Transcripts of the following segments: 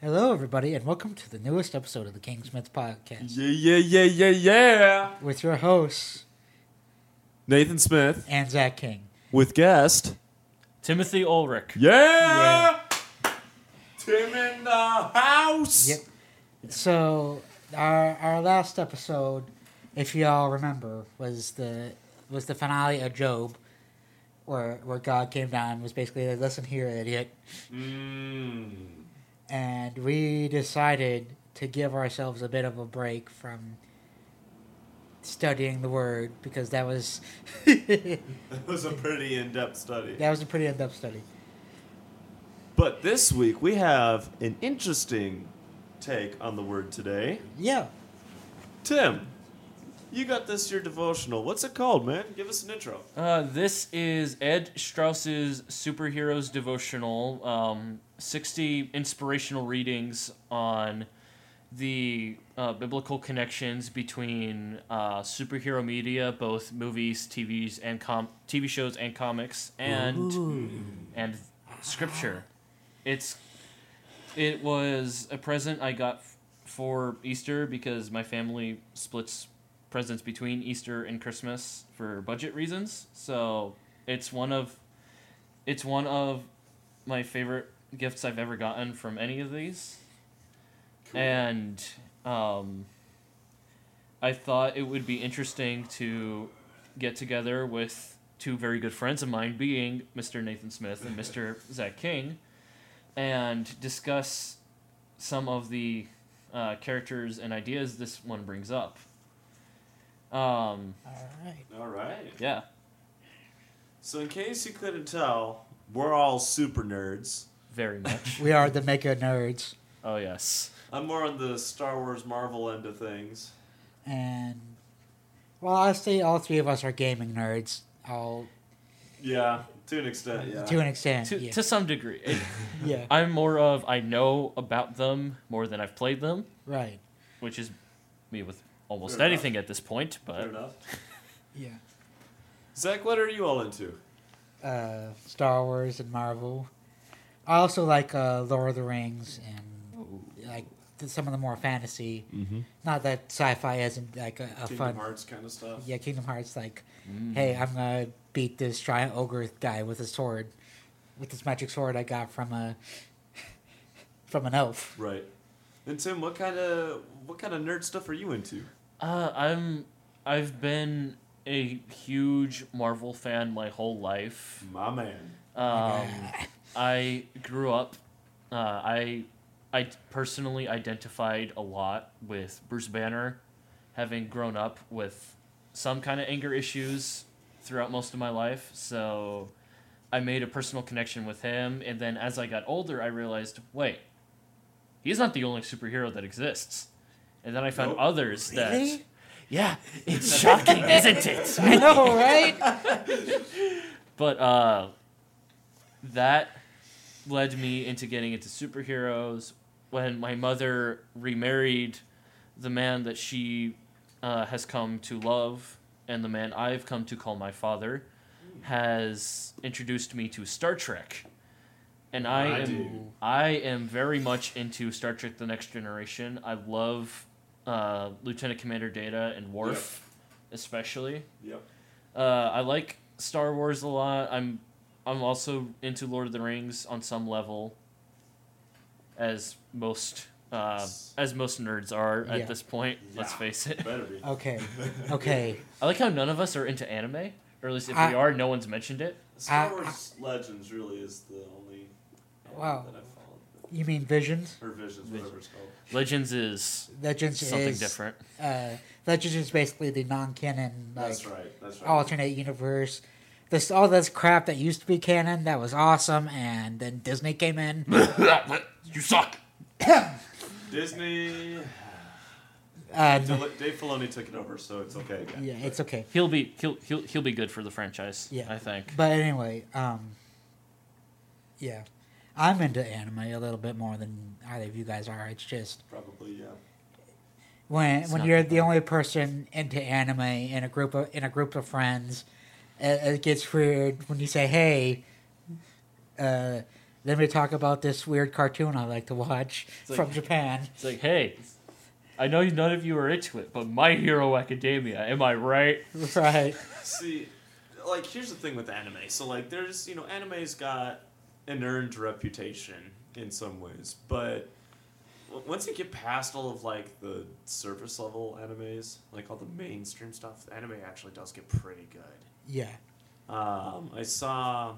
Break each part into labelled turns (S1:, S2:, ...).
S1: Hello, everybody, and welcome to the newest episode of the Kingsmith Podcast
S2: Yeah, yeah, yeah, yeah, yeah.
S1: with your hosts
S2: Nathan Smith
S1: and Zach King.
S2: with guest.
S3: Timothy Ulrich.
S2: Yeah. Tim in the house.
S1: Yep. So our our last episode, if y'all remember, was the was the finale of Job, where where God came down and was basically like, "Listen here, idiot,"
S2: Mm.
S1: and we decided to give ourselves a bit of a break from studying the word because that was
S2: That was a pretty in-depth study.
S1: that was a pretty in-depth study.
S2: But this week we have an interesting take on the word today.
S1: Yeah.
S2: Tim, you got this your devotional. What's it called, man? Give us an intro.
S3: Uh, this is Ed Strauss's Superheroes Devotional, um, 60 inspirational readings on the uh, biblical connections between uh, superhero media, both movies, TVs, and com- TV shows and comics, and and scripture. It's it was a present I got f- for Easter because my family splits presents between Easter and Christmas for budget reasons. So it's one of it's one of my favorite gifts I've ever gotten from any of these. And um, I thought it would be interesting to get together with two very good friends of mine, being Mr. Nathan Smith and Mr. Zach King, and discuss some of the uh, characters and ideas this one brings up. Um,
S1: All right.
S2: All right.
S3: yeah.
S2: So in case you couldn't tell, we're all super nerds.
S3: Very much.
S1: We are the Mega Nerds,
S3: oh yes.
S2: I'm more on the Star Wars Marvel end of things.
S1: and well, I say all three of us are gaming nerds. All
S2: Yeah, to an extent. Yeah.
S1: to an extent.
S3: To,
S1: yeah.
S3: to some degree. It-
S1: yeah.
S3: I'm more of I know about them more than I've played them,
S1: Right.
S3: which is me with almost
S2: Fair enough.
S3: anything at this point,
S2: Fair
S3: but
S2: enough.
S1: Yeah.
S2: Zach, what are you all into?
S1: Uh, Star Wars and Marvel. I also like uh, Lord of the Rings and like th- some of the more fantasy.
S2: Mm-hmm.
S1: Not that sci-fi isn't like a, a
S2: Kingdom
S1: Uh, fun.
S2: Hearts Mm. kind of stuff.
S1: Yeah, Kingdom Hearts. Like, hey, I'm gonna beat this giant ogre guy with a sword, with this magic sword I got from a from an elf.
S2: Right. And Tim, what kind of what kind of nerd stuff are you into?
S3: uh, I'm I've been a huge Marvel fan my whole life.
S2: My man.
S3: Um, I grew up. Uh, I I personally identified a lot with Bruce Banner, having grown up with some kind of anger issues throughout most of my life. So I made a personal connection with him, and then as I got older, I realized, wait, he's not the only superhero that exists. And then I found
S2: Nope.
S3: others that.
S1: Really?
S3: Yeah, it's shocking, isn't it?
S1: I know, right?
S3: But uh, that led me into getting into superheroes when my mother remarried the man that she uh, has come to love and the man I've come to call my father has introduced me to Star Trek. And I,
S2: I
S3: am
S2: do.
S3: I am very much into Star Trek the Next Generation. I love uh, Lieutenant Commander Data and Worf especially.
S2: Yep.
S3: Uh, I like Star Wars a lot. I'm I'm also into Lord of the Rings on some level, as most uh, as most nerds are
S1: Yeah.
S3: at this point. Let's
S2: Yeah.
S3: face it.
S2: Better be.
S1: Okay. Okay.
S3: I like how none of us are into anime, or at least if
S1: I-
S3: we are, no one's mentioned it.
S2: Star
S1: I-
S2: Wars Legends really is the only
S1: Uh, Wow.
S2: that I followed.
S1: You mean Visions?
S2: Or Visions, whatever it's called.
S3: Legends is
S1: Legends
S3: something
S1: is
S3: different.
S1: Uh, Legends is basically the non-canon, like
S2: that's right.
S1: Oh,
S2: That's right.
S1: alternate universe. This all this crap that used to be canon that was awesome, and then Disney came in.
S3: you suck.
S2: Disney.
S1: And,
S2: Dil- Dave Filoni took it over, so it's okay. Again.
S1: yeah, it's okay.
S3: He'll be he'll he'll he'll be good for the franchise.
S1: Yeah.
S3: I think.
S1: But anyway, um, yeah, I'm into anime a little bit more than either of you guys are. It's just
S2: Probably yeah.
S1: when
S3: It's
S1: when
S3: not
S1: you're
S3: that
S1: the
S3: bad.
S1: only person into anime in a group of in a group of friends, it, it gets weird when you say, "Hey, uh, Then we talk about this weird cartoon I like to watch
S3: It's
S1: from
S3: like-
S1: Japan.
S3: It's like, hey, I know none of you are into it, but My Hero Academia, am I right?
S1: right.
S2: See, like here's the thing with anime. So like there's you know anime's got an earned reputation in some ways, but w- once you get past all of like the surface level animes, like all the mainstream stuff, anime actually does get pretty good.
S1: Yeah.
S2: Um, I saw.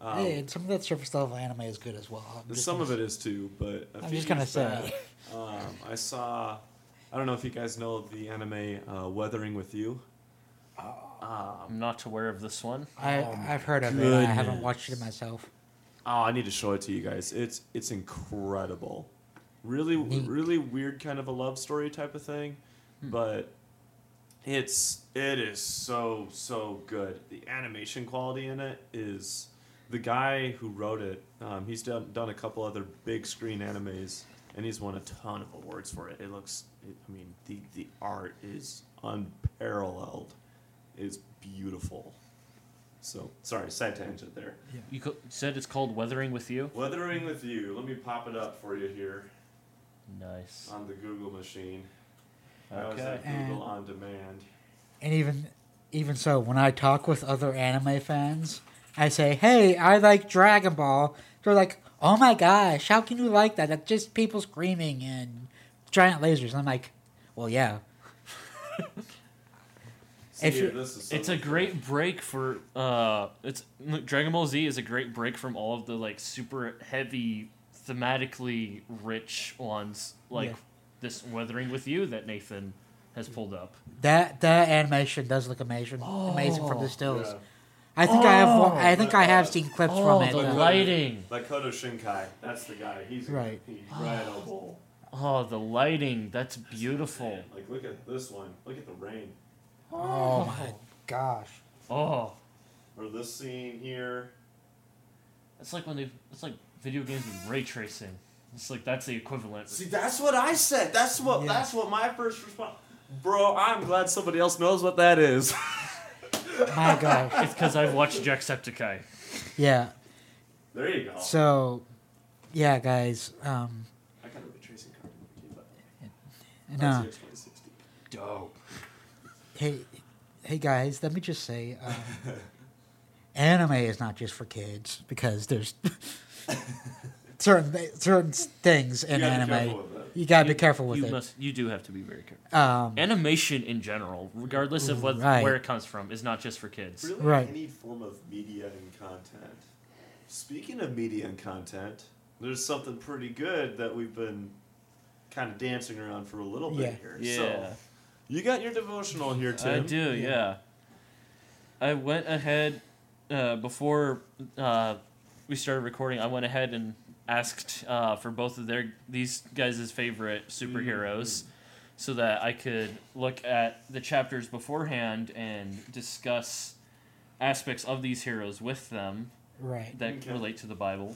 S2: Um,
S1: hey, and some of that surface level anime is good as well. I'm just
S2: some
S1: gonna-
S2: of it is too, but a
S1: I'm
S2: few
S1: just gonna
S2: years
S1: say.
S2: back, um, I saw. I don't know if you guys know the anime uh, "Weathering with You."
S1: Ah.
S2: Um,
S3: I'm not aware of this one.
S1: I,
S2: Oh my
S1: I've heard of it. I haven't
S2: goodness.
S1: watched it myself.
S2: Oh, I need to show it to you guys. It's it's incredible. Really
S1: Neat.
S2: really weird kind of a love story type of thing, but it's it is so so good. The animation quality in it is the guy who wrote it. Um, he's done done a couple other big screen animes and he's won a ton of awards for it. It looks it, I mean the the art is unparalleled. It's beautiful. So, sorry, side tangent there.
S3: You co- said it's called Weathering with You?
S2: Weathering with you. Let me pop it up for you here
S3: Nice.
S2: on the Google machine. I always
S3: Okay.
S2: have Google
S1: And-
S2: on demand.
S1: And even even so, when I talk with other anime fans, I say, "Hey, I like Dragon Ball." They're like, "Oh my gosh, how can you like that? That's just people screaming and giant lasers." And I'm like, "Well, yeah,
S2: See,
S1: If you-
S2: this is
S3: It's a
S2: something-
S3: great break for uh it's look, Dragon Ball Z is a great break from all of the like super heavy thematically rich ones like
S1: Yeah.
S3: this Weathering with You that Nathan has pulled up.
S1: that that animation does look amazing, amazing from
S3: Oh.
S1: the stills."
S2: Yeah.
S1: I think I have. wa-
S3: Oh.
S1: I think I have seen clips
S3: Oh,
S1: from it.
S3: the
S1: uh,
S2: light-
S3: lighting.
S2: Makoto Shinkai. That's the guy. He's
S1: Right.
S2: incredible.
S3: Oh, the lighting. That's beautiful.
S2: Like, look at this one. Look at the rain.
S1: oh my gosh!
S3: Oh,
S2: Or this scene here.
S3: it's like when they it's like video games with ray tracing. It's like that's the equivalent.
S2: See, that's what I said. That's what.
S1: Yeah.
S2: That's what my first response. Bro, I'm glad somebody else knows what that is.
S1: My gosh!
S3: It's because I've watched Jacksepticeye.
S1: Yeah.
S2: there you go.
S1: So, yeah, guys. Um,
S2: I got a retracing card. but that's
S1: no.
S2: the X-2060.
S3: Dope.
S1: Hey, hey guys, let me just say, um, anime is not just for kids because there's certain certain things in
S2: You gotta be
S1: anime.
S2: careful with that.
S1: You gotta be careful with
S3: you
S1: it.
S3: must. You do have to be very careful.
S1: um,
S3: Animation in general, regardless of what
S1: Right.
S3: where it comes from, is not just for kids.
S2: Really,
S1: Right.
S2: any form of media and content. Speaking of media and content, there's something pretty good that we've been kind of dancing around for a little bit
S1: Yeah.
S2: here.
S3: Yeah,
S2: So you got your devotional here,
S3: I
S2: Tim.
S3: do. Yeah. I went ahead uh, before uh, we started recording. I went ahead and asked uh, for both of their these guys' favorite superheroes.
S2: Mm-hmm.
S3: So that I could look at the chapters beforehand and discuss aspects of these heroes with them.
S1: right.
S3: that
S2: Okay.
S3: relate to the Bible.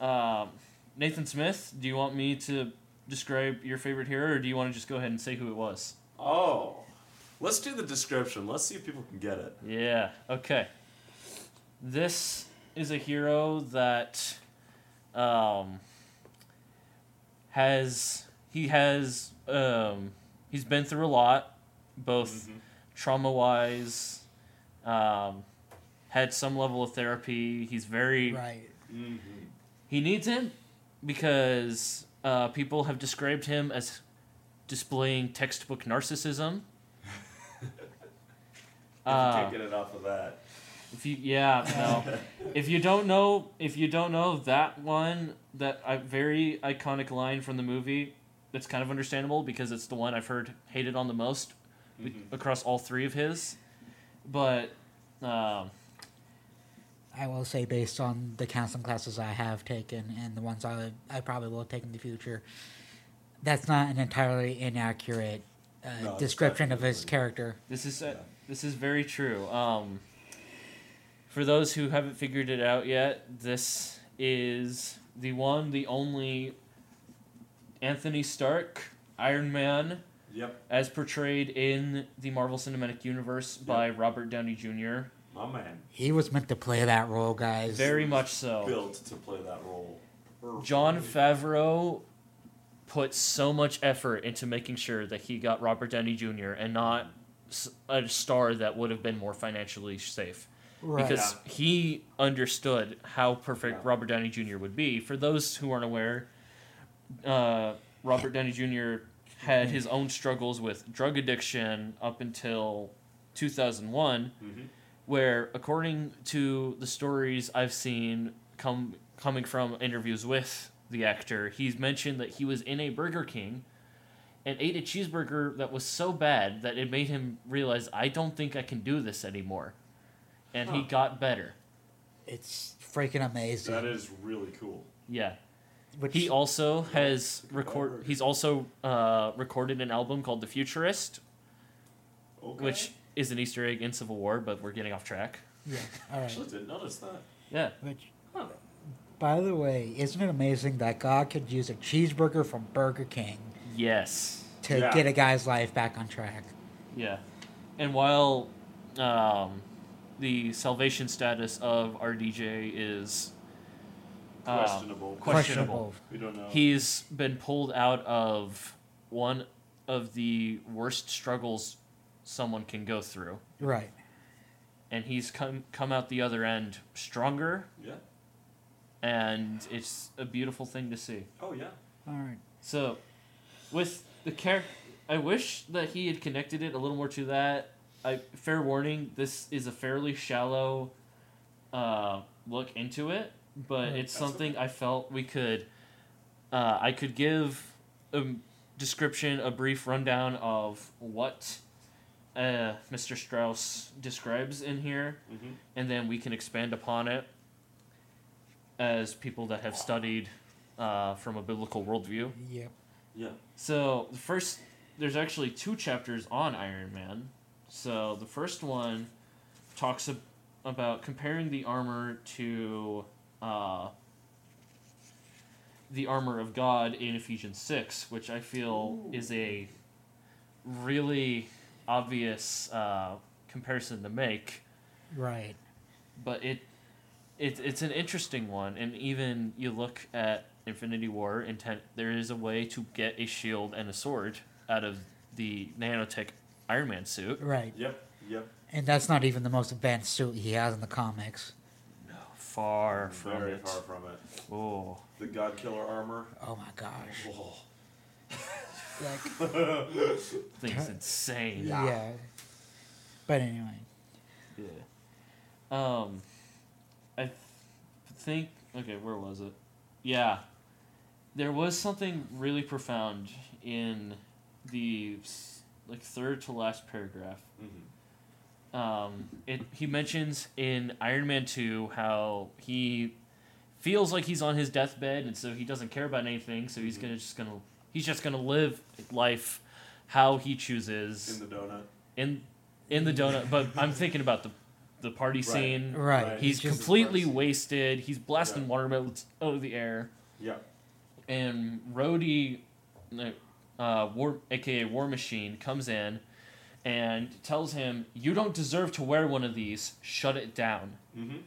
S3: Um, Nathan Smith, do you want me to describe your favorite hero, or do you want to just go ahead and say who it was?
S2: Oh. Let's do the description. Let's see if people can get it.
S3: Yeah. Okay. This is a hero that um, has he has um, he's been through a lot, both
S2: Mm-hmm.
S3: trauma wise. Um, had some level of therapy. He's very
S1: Right.
S2: hmm
S3: He needs him because uh, people have described him as displaying textbook narcissism.
S2: If you
S3: Uh,
S2: can't get it off of that.
S3: if you yeah no, if you don't know if you don't know that one that I, very iconic line from the movie, that's kind of understandable because it's the one I've heard hated on the most be-
S2: Mhm.
S3: across all three of his, but um,
S1: I will say, based on the counseling classes I have taken and the ones I I probably will take in the future, that's not an entirely inaccurate uh,
S2: No, it's
S1: description of his
S2: definitely-
S1: character.
S3: This is uh,
S2: Yeah.
S3: this is very true. Um, for those who haven't figured it out yet, this is the one, the only Anthony Stark, Iron Man,
S2: Yep.
S3: as portrayed in the Marvel Cinematic Universe by Robert Downey junior
S2: My man,
S1: He was meant to play that role, guys.
S3: Very much so.
S2: built to play that role.
S3: Oh. John Favreau put so much effort into making sure that he got Robert Downey Jr. and not s- a star that would have been more financially safe.
S1: right.
S3: because he understood how perfect
S2: Yeah.
S3: Robert Downey Jr. would be. For those who aren't aware, uh, Robert Downey Jr. had his own struggles with drug addiction up until 2001,
S2: Mhm.
S3: where, according to the stories I've seen come coming from interviews with the actor, he's mentioned that he was in a Burger King. And ate a cheeseburger that was so bad that it made him realize I don't think I can do this anymore and he
S2: Huh.
S3: got better.
S1: it's freaking amazing.
S2: That is really cool.
S3: Yeah.
S1: Which-
S3: He also has
S2: Look at
S3: record.
S2: that.
S3: He's also uh, recorded an album called The Futurist,
S2: Okay.
S3: which is an Easter egg in Civil War, but we're getting off track.
S1: yeah, all right.
S2: actually didn't notice that.
S3: Yeah.
S1: Which,
S2: Huh.
S1: by the way, isn't it amazing that God could use a cheeseburger from Burger King
S3: Yes.
S1: to
S2: Yeah.
S1: get a guy's life back on track?
S3: Yeah. And while um, the salvation status of our DJ is uh,
S2: Questionable.
S3: questionable,
S2: we don't know.
S3: he's been pulled out of one of the worst struggles someone can go through.
S1: Right.
S3: and he's come come out the other end stronger
S2: yeah.
S3: and it's a beautiful thing to see
S2: Oh yeah.
S1: All right.
S3: so with the character i wish that he had connected it a little more to that i fair warning this is a fairly shallow uh, look into it but
S1: Right.
S3: it's
S2: That's
S3: something i felt we could uh, i could give a m- description a brief rundown of what uh, mr strauss describes in here
S2: Mm-hmm.
S3: and then we can expand upon it as people that have studied uh, from a biblical worldview.
S1: Yep.
S2: Yeah.
S3: So the first, there's actually two chapters on Iron Man. So the first one talks ab- about comparing the armor to uh, the armor of God in Ephesians six, which I feel
S2: Ooh.
S3: is a really obvious uh, comparison to make
S1: Right.
S3: but it, it it's an interesting one and even you look at infinity war intent there is a way to get a shield and a sword out of the nanotech iron man suit
S1: Right.
S2: Yep. Yep.
S1: And that's not even the most advanced suit he has in the comics.
S3: no far from
S2: Very
S3: it
S2: far from it.
S3: oh
S2: The God Killer armor.
S1: Oh my gosh.
S2: Oh.
S1: Like,
S3: thing's insane
S1: yeah.
S2: Yeah.
S1: But anyway,
S3: yeah um i th- think okay where was it yeah there was something really profound in the s- like third to last paragraph
S2: Mm-hmm.
S3: um, it he mentions in Iron Man two how he feels like he's on his deathbed and so he doesn't care about anything. So
S2: Mm-hmm.
S3: he's gonna just gonna he's just gonna live life how he
S2: In
S3: chooses
S2: the donut.
S3: in in the donut. But I'm thinking about the the party
S2: Right.
S3: scene.
S1: right.
S2: Right.
S3: He's
S1: he just-
S3: completely wasted. He's blasting
S2: Yeah.
S3: watermelons out of the air.
S2: Yeah.
S3: And Rhodey, no, uh, War, aka War Machine, comes in and tells him, "You don't deserve to wear one of these. Shut it down."
S2: Mm-hmm.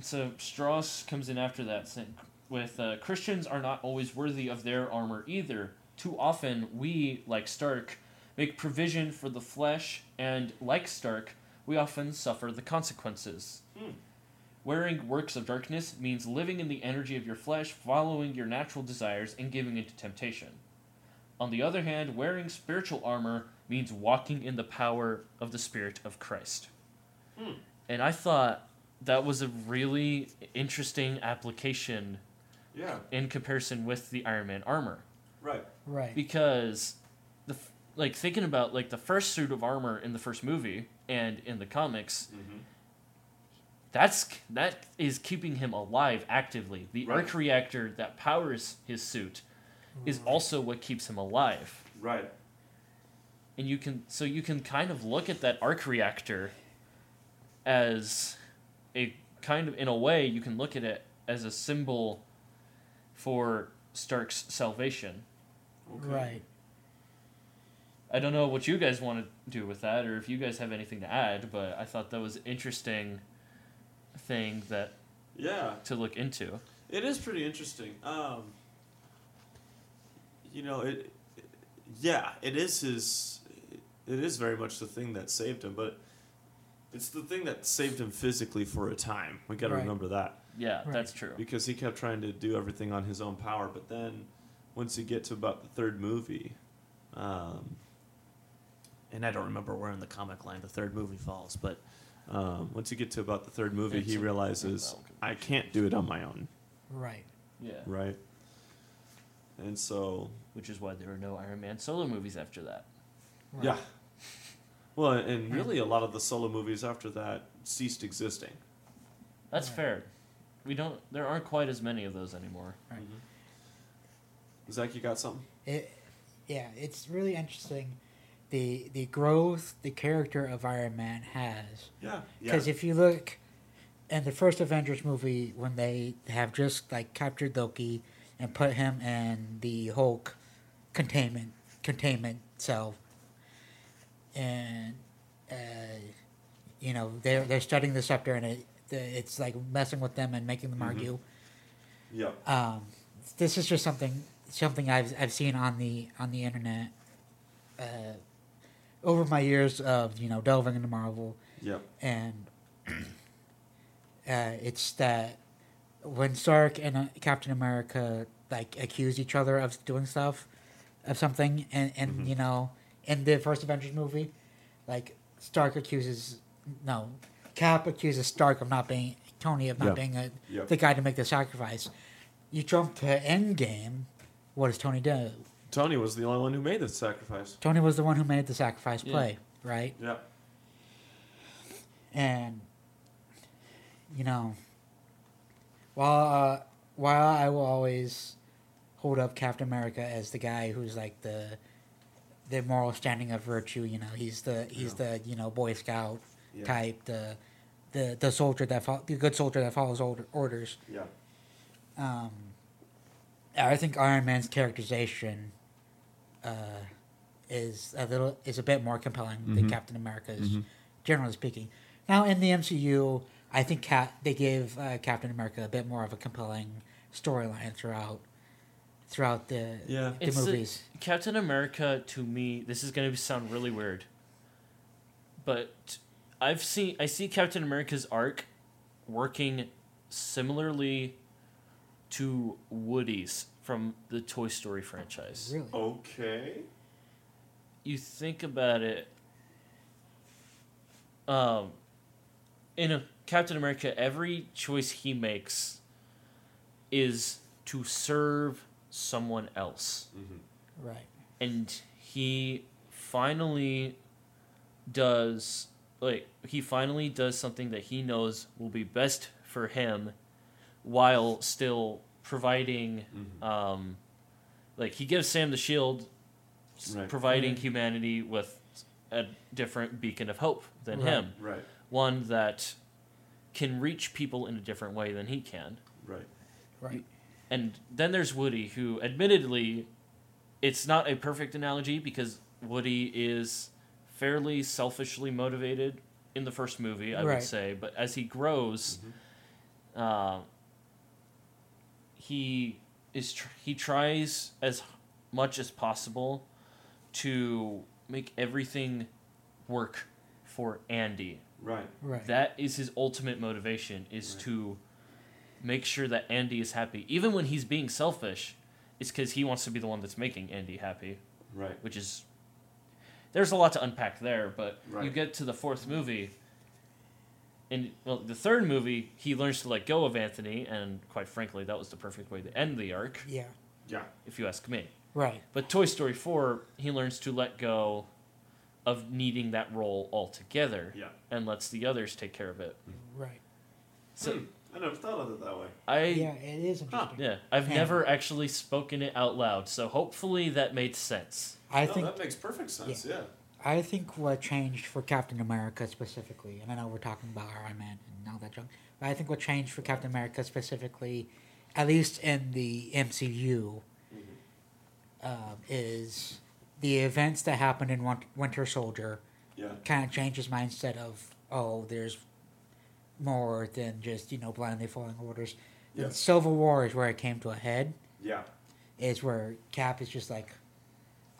S3: So Strauss comes in after that, saying, with uh, Christians are not always worthy of their armor either. Too often we, like Stark, make provision for the flesh, and like Stark, we often suffer the consequences.
S2: Hmm.
S3: Wearing works of darkness means living in the energy of your flesh, following your natural desires, and giving into temptation. On the other hand, wearing spiritual armor means walking in the power of the Spirit of Christ.
S2: Hmm.
S3: And I thought that was a really interesting application
S2: Yeah.
S3: in comparison with the Iron Man armor
S2: Right.
S1: Right.
S3: because the f- like thinking about like the first suit of armor in the first movie and in the comics
S2: Mm-hmm.
S3: that's c- that is keeping him alive actively the
S2: Right.
S3: arc reactor that powers his suit is also what keeps him alive
S2: Right.
S3: and you can so you can kind of look at that arc reactor as a kind of in a way you can look at it as a symbol for Stark's salvation
S2: Okay.
S1: Right.
S3: I don't know what you guys want to do with that, or if you guys have anything to add. But I thought that was an interesting thing that
S2: Yeah,
S3: to look into.
S2: it is pretty interesting. Um, you know, it, it- Yeah, it is his. It is very much the thing that saved him, but it's the thing that saved him physically for a time. We got to
S1: Right.
S2: remember that.
S3: Yeah,
S1: Right.
S3: that's true.
S2: because he kept trying to do everything on his own power. But then, once you get to about the third movie, um, and I don't remember where in the comic line the third movie falls, but um, once you get to about the third movie,
S3: It's
S2: he
S3: a-
S2: realizes I can't do it on my own,
S1: Right.
S3: Yeah,
S2: right? And so,
S3: which is why there were no Iron Man solo movies after that.
S1: right.
S2: yeah. Well, and really, a lot of the solo movies after that ceased existing.
S3: That's
S1: Right.
S3: fair. We don't. There aren't quite as many of those anymore.
S1: Right.
S2: Mm-hmm. Zach, you got something?
S1: It, yeah, it's really interesting. The the growth the character of Iron Man has
S2: Yeah.
S1: because if you look in the first Avengers movie when they have just like captured Loki and put him in the Hulk containment containment cell, and uh, you know they're they're studying the scepter and it it's like messing with them and making them
S2: Mhm.
S1: argue
S2: Yeah.
S1: um, this is just something something I've I've seen on the on the internet uh, over my years of you know delving into Marvel,
S2: Yeah.
S1: and uh, it's that when Stark and uh, Captain America like accuse each other of doing stuff, of something, and and
S2: Mhm.
S1: you know in the first Avengers movie, like Stark accuses no, Cap accuses Stark of not being Tony of not
S2: Yeah.
S1: being a
S2: Yeah.
S1: the guy to make the sacrifice. You jump to Endgame. What does Tony do?
S2: Tony was the only one who made the sacrifice.
S1: Tony was the one who made the sacrifice
S3: Yeah.
S1: play, right?
S2: Yeah.
S1: And you know, while uh, while I will always hold up Captain America as the guy who's like the the moral standing of virtue, you know, he's the he's the you know Boy Scout
S2: Yeah.
S1: type, the the the soldier that fo- the good soldier that follows order- orders.
S2: Yeah.
S1: um, I think Iron Man's characterization uh, is a little is a bit more compelling than
S2: Mhm.
S1: Captain America's, generally speaking. Now in the MCU, I think Cap- they give uh, Captain America a bit more of a compelling storyline throughout throughout the
S2: Yeah.
S1: the
S3: It's the-
S1: movies.
S3: Captain America to me, this is going to sound really weird, but I've seen I see Captain America's arc working similarly to Woody's from the Toy Story franchise.
S1: really,
S2: Okay.
S3: You think about it, um, in a Captain America, every choice he makes is to serve someone else
S2: Mm-hmm.
S1: right,
S3: and he finally does like he finally does something that he knows will be best for him while still providing
S2: Mm-hmm.
S3: um like he gives Sam the shield s-
S2: Right.
S3: providing
S1: Mhm.
S3: humanity with a different beacon of hope than
S1: Right.
S3: him
S2: Right,
S3: one that can reach people in a different way than he can
S2: right.
S1: right,
S3: and then there's Woody, who admittedly, it's not a perfect analogy because Woody is fairly selfishly motivated in the first movie, I
S1: Right.
S3: would say. But as he grows,
S2: Mm-hmm.
S3: uh, he is tr- he tries as much as possible to make everything work for Andy
S2: Right.
S1: right,
S3: that is his ultimate motivation is
S2: Right.
S3: to make sure that Andy is happy. Even when he's being selfish, it's because he wants to be the one that's making Andy happy,
S2: Right.
S3: which is there's a lot to unpack there, but you
S2: Right.
S3: get to the fourth movie and well, the third movie, he learns to let go of Anthony, and quite frankly, that was the perfect way to end the arc,
S1: yeah,
S2: Yeah.
S3: if you ask me.
S1: right,
S3: But Toy Story 4, he learns to let go of needing that role altogether
S2: Yeah.
S3: and lets the others take care of it.
S1: right.
S3: So
S2: Hmm, I never thought of it that way.
S3: I
S1: yeah, it is interesting.
S2: Huh.
S3: Yeah, I've
S1: Yeah.
S3: never actually spoken it out loud, so hopefully that made sense.
S1: I
S2: no,
S1: think
S2: that makes perfect sense. Yeah.
S1: I think what changed for Captain America specifically, and I know we're talking about Iron Man and all that junk, but I think what changed for Captain America specifically, at least in the MCU, um, is the events that happened in Win- Winter Soldier
S2: Yeah.
S1: kind of changed his mindset of oh, there's more than just you know blindly following orders.
S2: Yeah.
S1: And Civil War is where it came to a head.
S2: Yeah.
S1: Is where Cap is just like,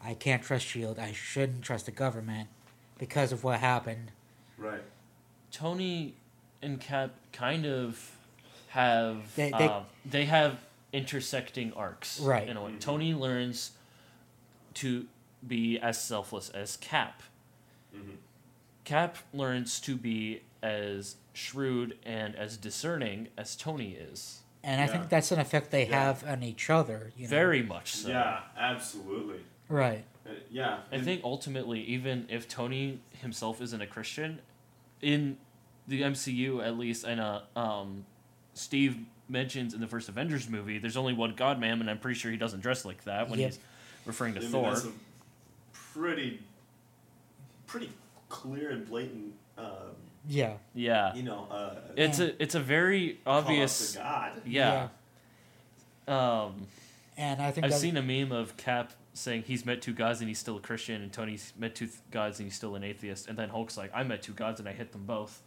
S1: I can't trust Shield. I shouldn't trust the government because of what happened.
S2: Right.
S3: Tony and Cap kind of have
S1: They-
S3: they,
S1: they-
S3: they have intersecting arcs,
S1: Right.
S3: In a way,
S2: Mhm.
S3: Tony learns to be as selfless as Cap.
S2: Mhm.
S3: Cap learns to be as shrewd and as discerning as Tony is.
S1: And I
S2: Yeah.
S1: think that's an effect they
S2: Yeah.
S1: have on each other. You know?
S3: Very much so.
S2: Yeah. Absolutely.
S1: right.
S2: Uh, yeah.
S3: I
S2: and-
S3: think ultimately, even if Tony himself isn't a Christian, in the MCU at least, and uh, um, Steve mentions in the first Avengers movie, there's only one God Man, and I'm pretty sure he doesn't dress like that when
S1: Yep.
S3: he's referring to
S2: I mean,
S3: Thor.
S2: that's a pretty, pretty clear and blatant. Um,
S1: Yeah.
S3: yeah,
S2: you know, uh,
S3: it's a it's a very obvious.
S2: Call out to God.
S3: Yeah. Um,
S1: And I think
S3: I've
S1: that-
S3: seen a meme of Cap saying he's met two gods and he's still a Christian, and Tony's met two th- gods and he's still an atheist, and then Hulk's like, I met two gods and I hit them both.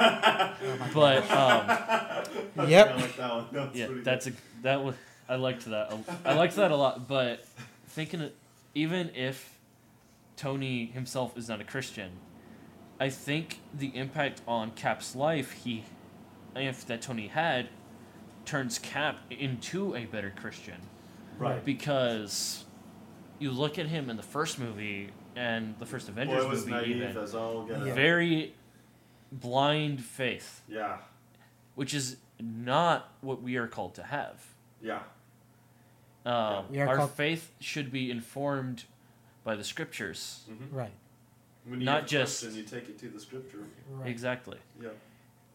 S1: Oh
S3: but um,
S2: Okay,
S1: Yep.
S2: I like that one. That was
S3: yeah,
S2: pretty
S3: that's a that was I liked that. a- I liked that a lot. But thinking, it- even if Tony himself is not a Christian, I think the impact on Cap's life he, if that Tony had, turns Cap into a better Christian
S2: good. right.
S3: because you look at him in the first movie and the first Avengers
S2: Boy was
S3: movie
S2: naive
S3: even
S2: as all get out.
S1: Yeah.
S3: very blind faith,
S2: yeah,
S3: which is not what we are called to have.
S2: yeah,
S3: Um,
S1: We are
S3: our
S1: called-
S3: faith should be informed by the scriptures.
S1: Right.
S2: When you
S3: Not
S2: have a
S3: just-
S2: question, you take it to the scripture.
S1: Right.
S3: Exactly.
S2: Yeah,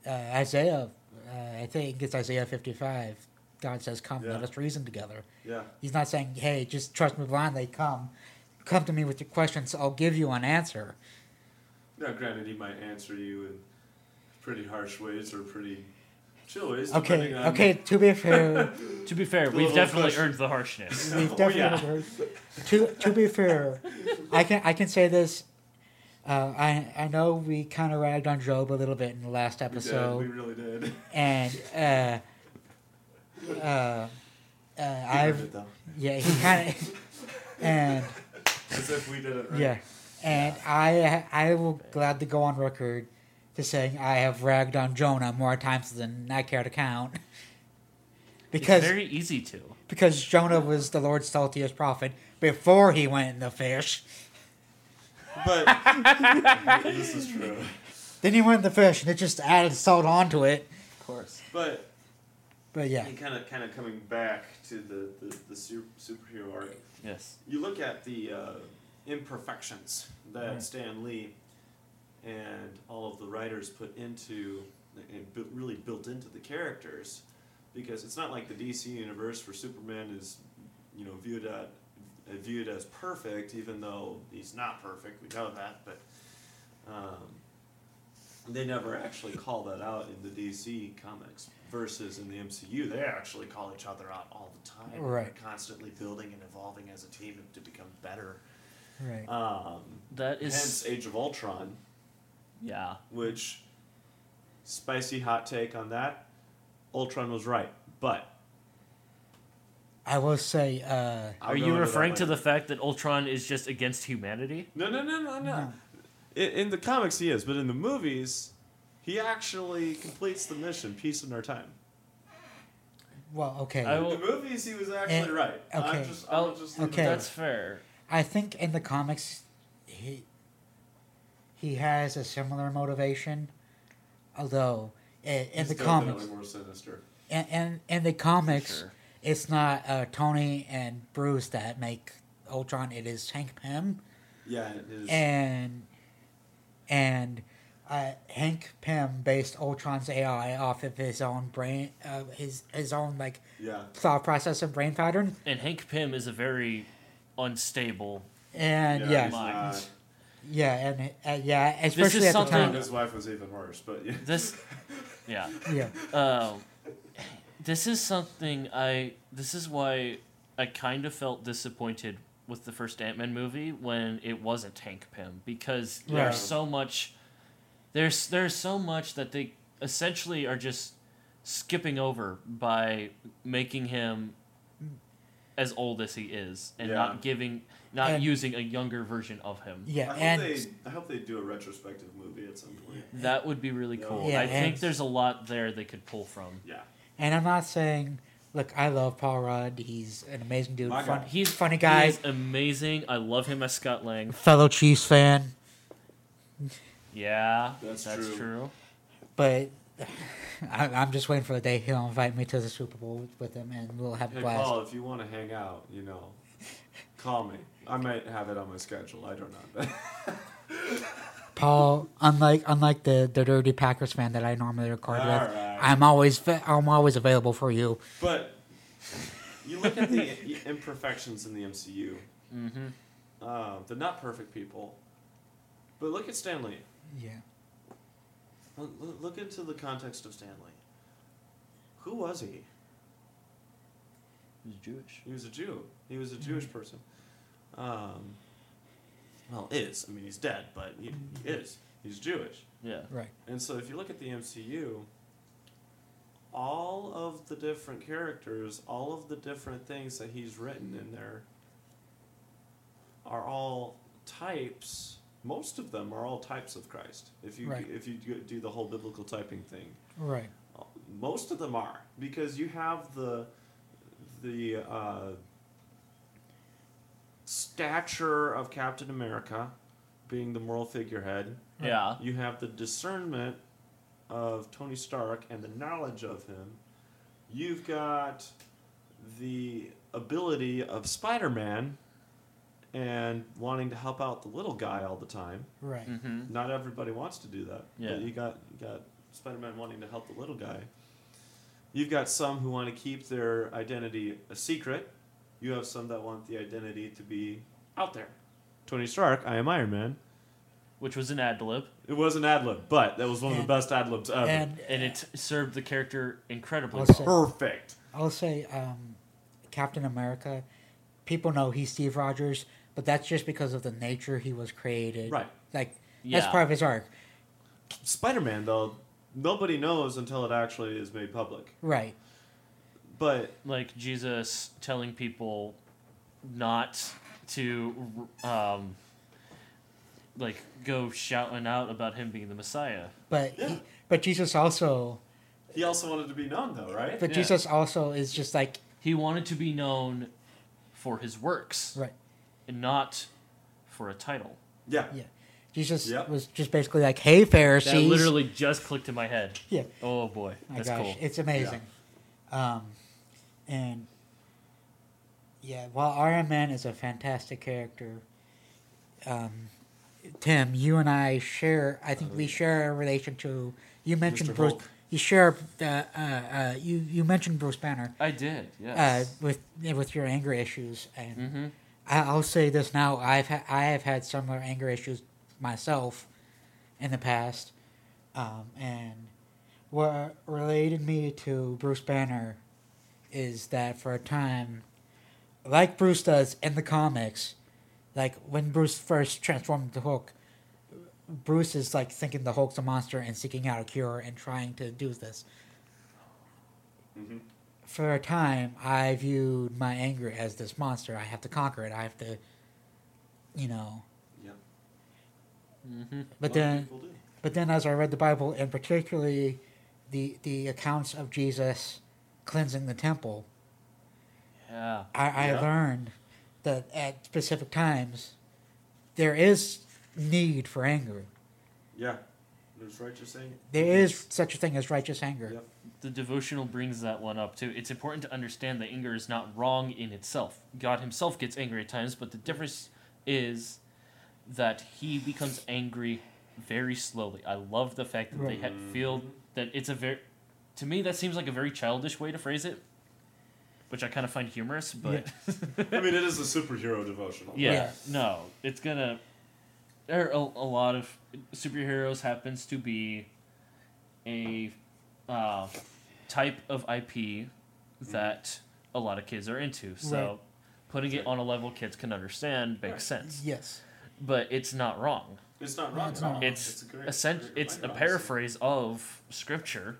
S1: uh, Isaiah, uh, I think it's Isaiah 55. God says, Come,
S2: Yeah.
S1: let us reason together.
S2: yeah,
S1: He's not saying, Hey, just trust me blindly, come. Come to me with your questions, I'll give you an answer.
S2: Now, granted, he might answer you in pretty harsh ways or pretty chill ways.
S1: Okay,
S2: depending on-
S1: okay, to be fair,
S3: To be fair,
S2: The
S3: we've
S2: little
S3: definitely
S2: question.
S3: earned the harshness.
S1: we've
S2: Oh,
S1: definitely
S2: yeah.
S1: heard- To, to be fair, I can, I can say this. Uh, I, I know we kind of ragged on Job a little bit in the last
S2: We did,
S1: episode.
S2: we really did.
S1: and uh, uh, uh, I've
S2: though.
S1: yeah, he kind of and
S2: As if we did it right.
S1: yeah, and I I will glad to go on record to saying I have ragged on Jonah more times than I care to count because
S3: it's very easy to.
S1: because Jonah was the Lord's saltiest prophet before he went in the fish.
S2: But this is true.
S1: Then he went in the fish, and it just added salt onto it.
S3: Of course.
S2: But
S1: But yeah,
S2: and kind of kind of coming back to the the, the su- superhero arc.
S3: Yes.
S2: You look at the uh, imperfections that
S1: Right.
S2: Stan Lee and all of the writers put into and bu- really built into the characters, because it's not like the DC universe where Superman is, you know, viewed at uh, viewed as perfect, even though he's not perfect. We know that, but um, they never actually call that out in the DC comics. Versus in the MCU, they actually call each other out all the time. They're
S1: Right.
S2: Constantly building and evolving as a team to become better.
S1: right.
S2: Um,
S3: That is.
S2: hence Age of Ultron,
S3: yeah.
S2: which spicy hot take on that. Ultron was right, but
S1: I will say, uh,
S2: I'll go
S3: Are you
S2: into that
S3: referring to
S2: later.
S3: the fact that Ultron is just against humanity?
S2: No, no, no, no, no.
S1: No.
S2: I- In, the comics, he is, but in the movies, he actually completes the mission. Peace in our time.
S1: well, okay.
S3: I will-
S2: In the movies, he was actually
S1: Eh,
S2: right. I'm
S1: okay.
S2: just, I'm
S3: I'll-
S2: just leave it
S1: Okay.
S2: there.
S3: That's fair.
S1: I think in the comics, he he has a similar motivation, although in, in
S2: He's
S1: the
S2: definitely
S1: comics,
S2: more sinister.
S1: and in, in, the comics,
S3: Sure.
S1: it's not uh, Tony and Bruce that make Ultron. It is Hank Pym
S2: Yeah, it is.
S1: and and uh, Hank Pym based Ultron's AI off of his own brain, uh, his his own like
S2: yeah,
S1: thought process and brain pattern,
S3: And Hank Pym is a very unstable.
S1: and
S2: yeah,
S1: yeah,
S2: he's
S1: yeah,
S3: Mind.
S2: not.
S1: and uh, yeah, especially at the
S3: something-
S2: And
S1: time,
S2: his wife was even worse, but yeah.
S3: This. Yeah.
S1: yeah.
S3: Um, this is something I. This is why I kind of felt disappointed with the first Ant Man movie when it was a tank pym because there's
S1: Right.
S3: so much, there's there's so much that they essentially are just skipping over by making him as old as he is and
S2: Yeah.
S3: not giving not
S1: And-
S3: using a younger version of him.
S1: Yeah,
S2: I hope
S1: and
S2: they I hope they do a retrospective movie at some point.
S3: That would be really
S2: Yeah.
S3: cool.
S1: Yeah,
S3: I think
S1: and-
S3: there's a lot there they could pull from.
S2: Yeah.
S1: and I'm not saying look, I love Paul Rudd. He's an amazing dude.
S2: My
S1: Fun,
S2: guy.
S1: he's funny
S3: He
S1: guy,
S3: is amazing. I love him as Scott Lang.
S1: fellow Chiefs fan.
S3: Yeah,
S2: That's
S3: true.
S2: true.
S1: But I, I'm just waiting for the day he'll invite me to the Super Bowl with, with him, and we'll have a
S2: Hey
S1: blast.
S2: Paul, if you want to hang out, you know, call me. I might have it on my schedule. I don't know.
S1: Paul, unlike unlike the, the dirty Packers fan that I normally record with,
S2: Alright.
S1: I'm always fa- I'm always available for you.
S2: but you look at the imperfections in the MCU.
S3: Mm-hmm.
S2: Uh, they're not perfect people. But look at Stanley.
S1: Yeah,
S2: Look, look into the context of Stanley. Who was he?
S3: He's Jewish.
S2: He was a Jew. He was a Jewish
S1: Mm-hmm.
S2: person. Um, well, is. I mean, he's dead, but he, he is. He's Jewish.
S3: Yeah.
S1: right.
S2: And so if you look at the MCU, all of the different characters, all of the different things that he's written in there are all types. Most of them are all types of Christ. If you
S1: Right.
S2: if you do- do the whole biblical typing thing,
S1: Right.
S2: most of them are because you have the the uh, stature of Captain America being the moral figurehead.
S3: Yeah.
S2: You have the discernment of Tony Stark and the knowledge of him. You've got the ability of Spider Man and wanting to help out the little guy all the time.
S1: Right.
S3: Mm-hmm.
S2: Not everybody wants to do that.
S3: Yeah.
S2: But you got you got Spider Man wanting to help the little guy. You've got some who want to keep their identity a secret. You have some that want the identity to be out there. Tony Stark, I am Iron Man.
S3: Which was an ad lib,
S2: It was an ad lib, but that was one of the
S1: And-
S2: best ad libs ever.
S1: And, uh,
S3: and it served the character incredibly
S1: I'll say-
S3: well.
S2: Perfect.
S1: I'll say, um, Captain America. People know he's Steve Rogers, but that's just because of the nature he was created.
S2: Right.
S1: Like
S3: Yeah.
S1: that's part of his arc.
S2: Spider Man, though, nobody knows until it actually is made public.
S1: Right.
S2: But
S3: Like Jesus telling people not to, um, like go shouting out about him being the Messiah.
S1: But
S2: Yeah.
S1: he, but Jesus also
S2: he also wanted to be known, though, right?
S1: but
S3: Yeah.
S1: Jesus also is just like
S3: He wanted to be known for his works,
S1: right.
S3: and not for a title.
S2: Yeah.
S1: Yeah. Jesus
S2: Yep.
S1: was just basically like, "Hey Pharisees."
S3: That literally just clicked in my head.
S1: Yeah.
S3: Oh boy,
S1: My
S3: that's
S1: gosh,
S3: cool.
S1: it's amazing. Um, and yeah, while Iron Man is a fantastic character, um, Tim, you and I share. I think
S3: Uh,
S1: we share a relation to. You mentioned
S2: Mr.
S1: Bruce.
S2: Hulk.
S1: You share. Uh, uh, uh, you you mentioned Bruce Banner.
S3: I did.
S1: Uh,
S3: Yes.
S1: with with your anger issues, and
S3: mm-hmm.
S1: I, I'll say this now: I've ha- I have had similar anger issues myself in the past, um, and what related me to Bruce Banner is that for a time, like Bruce does in the comics, like when Bruce first transformed into Hulk, Bruce is like thinking the Hulk's a monster and seeking out a cure and trying to do this.
S2: Mhm.
S1: For a time, I viewed my anger as this monster. I have to conquer it. I have to, you know.
S2: Yeah.
S3: Mm-hmm.
S1: But
S2: Most
S1: then,
S2: people do.
S1: but then, as I read the Bible, and particularly the the accounts of Jesus cleansing the temple,
S3: Yeah.
S1: I, I
S2: Yeah.
S1: learned that at specific times there is need for anger.
S2: Yeah. That's right, you're saying.
S1: There is such a thing as righteous anger.
S2: Yep.
S3: the devotional brings that one up too. It's important to understand that anger is not wrong in itself. God himself gets angry at times, but the difference is that he becomes angry very slowly. I love the fact that they had feel that it's a very to me that seems like a very childish way to phrase it, which I kind of find humorous, but
S2: I mean, it is a superhero devotional.
S3: yeah,
S1: Yeah.
S3: no, it's gonna. There are a, a lot of superheroes happens to be a uh,
S1: Mm-hmm.
S3: type of IP that a lot of kids are into. So putting it on a level kids can understand makes
S2: Right.
S3: sense.
S1: Yes.
S3: but it's not wrong.
S2: It's not wrong.
S1: it's
S2: at all.
S1: not.
S3: It's
S2: a
S3: a
S2: great, great
S3: it's a
S2: reminder,
S3: paraphrase of scripture.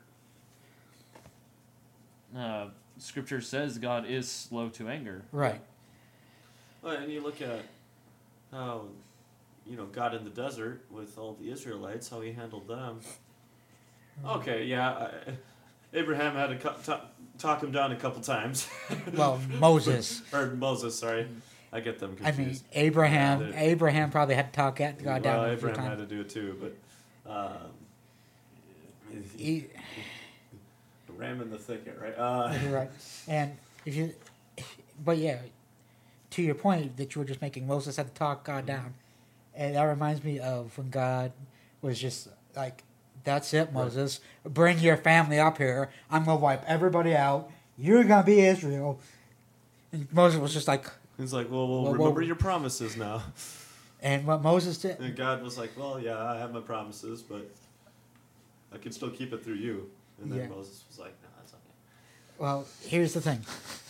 S3: Uh, scripture says God is slow to anger.
S1: Right.
S2: honestly. Well, and you look at how, you know, God in the desert with all the Israelites, how he handled them.
S1: Hmm.
S2: Okay, yeah, I, Abraham had to co- ta- talk him down a couple times.
S1: Well, Moses.
S2: or Moses, sorry, I get them
S1: Hmm. I
S2: confused.
S1: mean, Abraham.
S2: Yeah,
S1: Abraham probably had to talk at God down
S2: well,
S1: a few
S2: Abraham had
S1: times.
S2: to do it too, but um,
S1: He-
S2: ram in the thicket, right? Uh,
S1: You're right. And if you, but yeah, to your point that you were just making, Moses had to talk God down, and that reminds me of when God was just like, "That's it, Moses. Bring your family up here. I'm gonna wipe everybody out. You're gonna be Israel." And Moses was just like,
S2: He's like, well, well,
S1: Well,
S2: remember
S1: well-
S2: your promises now.
S1: and what Moses did,
S2: And God was like, well, yeah, I have my promises, but I can still keep it through you. And then
S1: Yeah.
S2: Moses was like, no, that's okay.
S1: Well, here's the thing.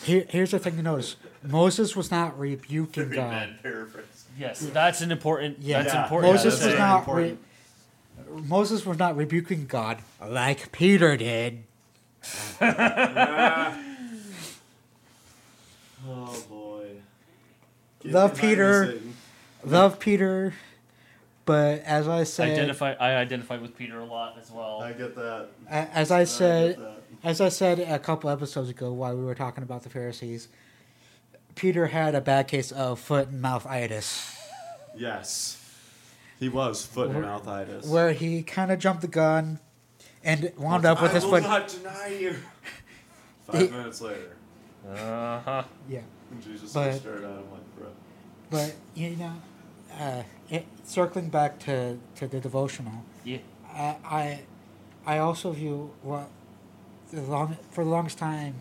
S1: Here, here's the thing to notice. Moses was not rebuking
S2: Very
S1: God.
S2: bad paraphrase.
S3: Yes, that's an important.
S1: Yeah.
S3: that's
S2: Yeah.
S3: important.
S1: Moses
S2: that's
S1: was
S2: very
S1: not re-
S2: important.
S1: Moses was not rebuking God like Peter did.
S2: oh boy.
S1: Love
S2: behind me,
S1: Peter.
S2: Satan.
S1: Love Peter, but as I said,
S3: identify. I identify with Peter a lot as well.
S2: I get that.
S1: a- as I
S2: get
S1: said,
S2: that.
S1: as I said a couple episodes ago while we were talking about the Pharisees, Peter had a bad case of foot and mouth itis,
S2: Yes. He was foot and
S1: Where-
S2: mouth itis.
S1: where he kind of jumped the gun and wound up with
S2: I
S1: his
S2: will
S1: foot.
S2: not deny you. Five
S1: He-
S2: minutes later,
S3: Uh-huh.
S1: Yeah.
S2: Jesus
S1: But-
S2: stared at him like, bro.
S1: But you know, uh, it, circling back to, to the devotional,
S3: Yeah.
S1: I I, I also view what the long for the longest time,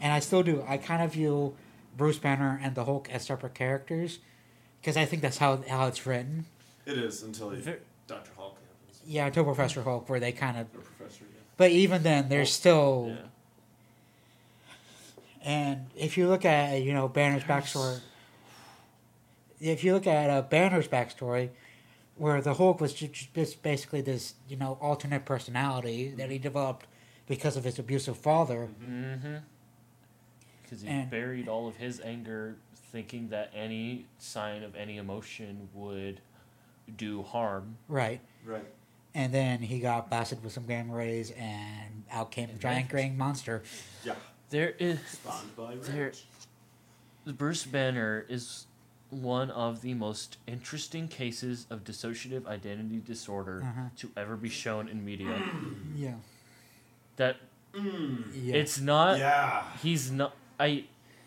S1: and I still do. I kind of view Bruce Banner and the Hulk as separate characters, because I think that's how how it's written.
S2: It is until you,
S3: Ver-
S2: Dr. Hulk happens.
S1: Yeah, until Professor Hulk, where they kind of.
S2: Or Professor, yeah.
S1: But even then, there's still.
S3: Yeah.
S1: And if you look at you know Banner's backstory, if you look at uh, Banner's backstory, where the Hulk was just, just basically this you know alternate personality that he developed because of his abusive father.
S3: Mm-hmm. Because he
S1: And-
S3: buried all of his anger, thinking that any sign of any emotion would do harm.
S1: Right.
S2: Right.
S1: And then he got blasted with some gamma rays, and out came the giant green monster.
S2: Yeah.
S3: There is
S2: Spawned by
S3: There-
S2: Rich.
S3: The Bruce Banner is one of the most interesting cases of dissociative identity disorder
S1: Uh-huh.
S3: to ever be shown in media.
S1: Yeah.
S3: that
S2: Mm.
S1: Yeah.
S3: it's not
S2: yeah.
S3: he's not I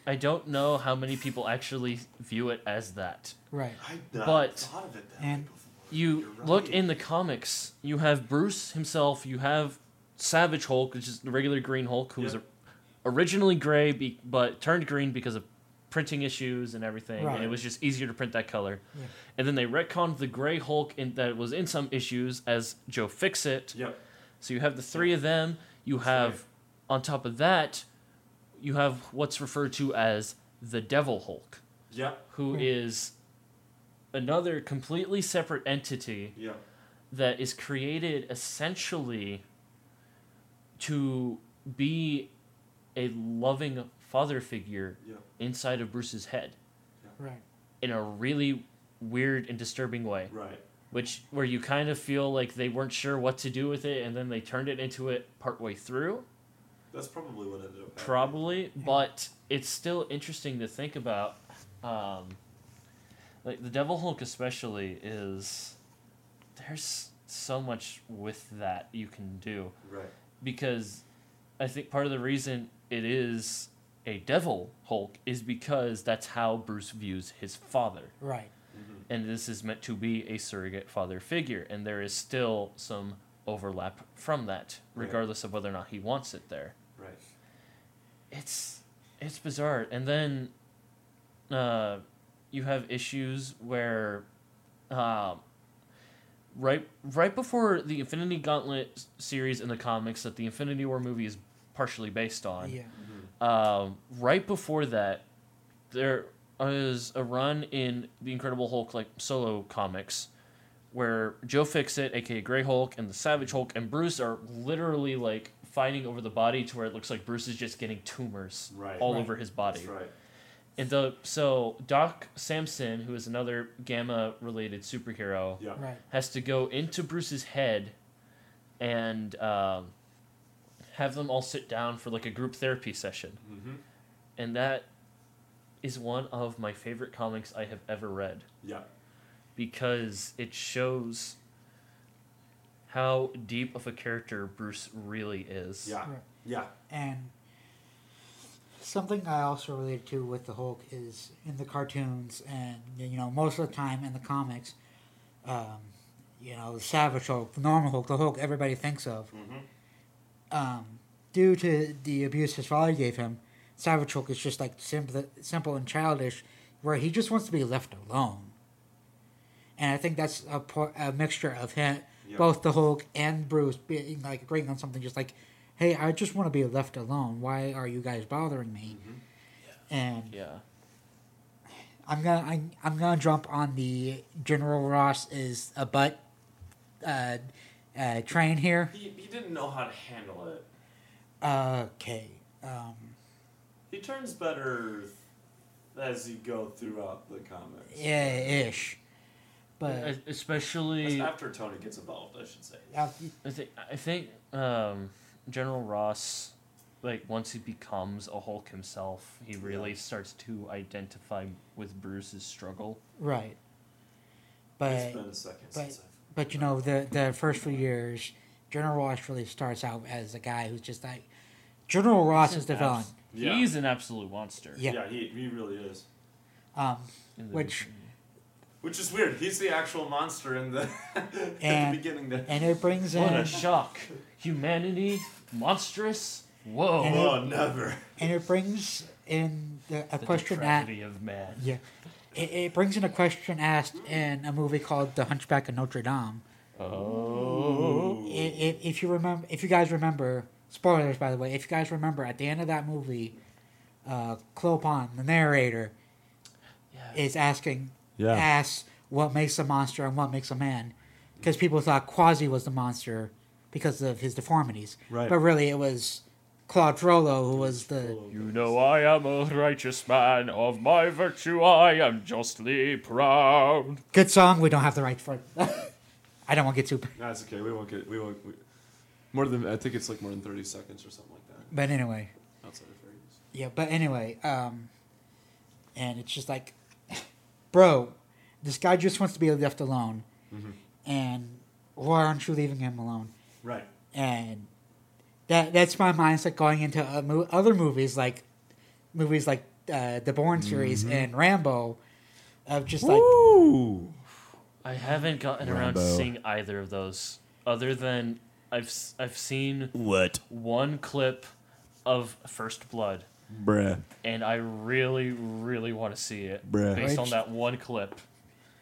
S3: I don't know how many people actually view it as that.
S1: right.
S2: I'd not
S3: But-
S2: thought of it that
S1: and
S2: way before.
S3: You
S2: You're
S3: look
S2: right.
S3: in the comics, you have Bruce himself, you have Savage Hulk, which is the regular Green Hulk who was
S2: Yep.
S3: or- originally gray be- but turned green because of printing issues and everything, and it
S1: Right.
S3: was just easier to print that color.
S1: Yeah.
S3: And then they retconned the Gray Hulk in, that was in some issues as Joe Fix It.
S2: Yep.
S3: So you have the three of them. You have,
S2: right.
S3: on top of that, you have what's referred to as the Devil Hulk,
S2: Yep.
S3: who is another completely separate entity
S2: Yep.
S3: that is created essentially to be a loving father figure
S2: Yep.
S3: inside of Bruce's head
S1: Right.
S3: in a really weird and disturbing way
S2: Right.
S3: which where you kind of feel like they weren't sure what to do with it and then they turned it into it partway through
S2: That's probably what ended up happening.
S3: probably but it's still interesting to think about um, like the devil hulk especially is there's so much with that you can do
S2: Right.
S3: because i think part of the reason it is a devil hulk is because that's how bruce views his father
S1: Right.
S2: Mm-hmm.
S3: and this is meant to be a surrogate father figure, and there is still some overlap from that,
S2: Right.
S3: regardless of whether or not he wants it there.
S2: Right.
S3: It's it's bizarre, and then uh, you have issues where um, right right before the Infinity Gauntlet s- series in the comics that the Infinity War movie is partially based on
S2: Mm-hmm.
S1: Yeah.
S3: um, right before that, there is a run in the Incredible Hulk like solo comics, where Joe Fixit, aka Gray Hulk, and the Savage Hulk and Bruce are literally like fighting over the body to where it looks like Bruce is just getting tumors
S2: Right.
S3: all
S1: Right.
S3: over his body.
S2: That's right.
S3: And the so Doc Samson, who is another gamma related superhero,
S2: Yeah.
S1: Right.
S3: has to go into Bruce's head and um, have them all sit down for like a group therapy session.
S2: Mm-hmm.
S3: And that is one of my favorite comics I have ever read
S2: Yeah.
S3: because it shows how deep of a character Bruce really is.
S2: Yeah.
S1: Right.
S2: Yeah.
S1: And something I also related to with the Hulk is in the cartoons, and you know, most of the time in the comics, um, you know, the Savage Hulk, the normal Hulk, the Hulk everybody thinks of,
S2: Mm-hmm.
S1: um, due to the abuse his father gave him, Savage Hulk is just like simple, simple and childish, where he just wants to be left alone. And I think that's a, por- a mixture of him,
S2: Yeah.
S1: both the Hulk and Bruce being like agreeing on something, just like, hey, I just want to be left alone. Why are you guys bothering me?
S2: Mm-hmm.
S1: And
S3: Yeah.
S1: I'm gonna I'm, I'm gonna jump on the General Ross is a butt uh, uh, train here.
S2: He, he didn't know how to handle it.
S1: Okay. Um,
S2: He turns better as you go throughout the comics.
S1: Yeah, ish. But
S3: Es- Especially.
S2: That's after Tony gets involved, I should say.
S1: uh,
S3: I think I think um, General Ross, like once he becomes a Hulk himself, he really starts to identify with Bruce's struggle.
S1: right.
S2: It's
S1: But
S2: been a second
S1: but-
S2: since I've.
S1: but you know the the first few years, General Ross really starts out as a guy who's just like General Ross is the villain.
S3: Abs-
S2: Yeah.
S3: He's an absolute monster.
S1: Yeah.
S2: he, he really is.
S1: Um,
S3: in the
S1: Which-
S3: beginning.
S2: Which is weird. He's the actual monster in the, at
S1: And-
S2: the beginning there.
S1: and it brings in
S3: what a shock! Humanity, monstrous. Whoa!
S1: And
S2: oh, never.
S1: and it brings in the, a
S3: the
S1: question that
S3: depravity of man.
S1: yeah, it, it brings in a question asked in a movie called The Hunchback of Notre Dame.
S3: Oh.
S1: if, if you remember, if you guys remember, spoilers by the way, if you guys remember, at the end of that movie, uh, Clopin, the narrator,
S3: Yeah.
S1: is asking,
S2: Yeah.
S1: asks what makes a monster and what makes a man, because people thought Quasi was the monster because of his deformities,
S2: Right.
S1: but really it was Claude Frollo who was the
S3: You know I am a righteous man. Of my virtue I am justly proud.
S1: good song. We don't have the right for. it. I don't want to get too.
S2: That's okay. We won't get. We won't. We, more than I think it's like more than thirty seconds or something like that.
S1: But anyway.
S2: Outside of thirty.
S1: Yeah, but anyway, um, and it's just like, bro, this guy just wants to be left alone,
S3: Mm-hmm.
S1: and why aren't you leaving him alone?
S2: Right.
S1: And that that's my mindset going into uh, mo- other movies like movies like uh, the Bourne series
S3: Mm-hmm.
S1: and Rambo, of just like
S2: Ooh.
S3: I haven't gotten around to
S2: Rambo.
S3: seeing either of those, other than I've s- I've seen
S2: What,
S3: one clip of First Blood,
S2: bruh,
S3: and I really really want to see it
S2: bruh?
S3: based on
S1: Right.
S3: that one clip.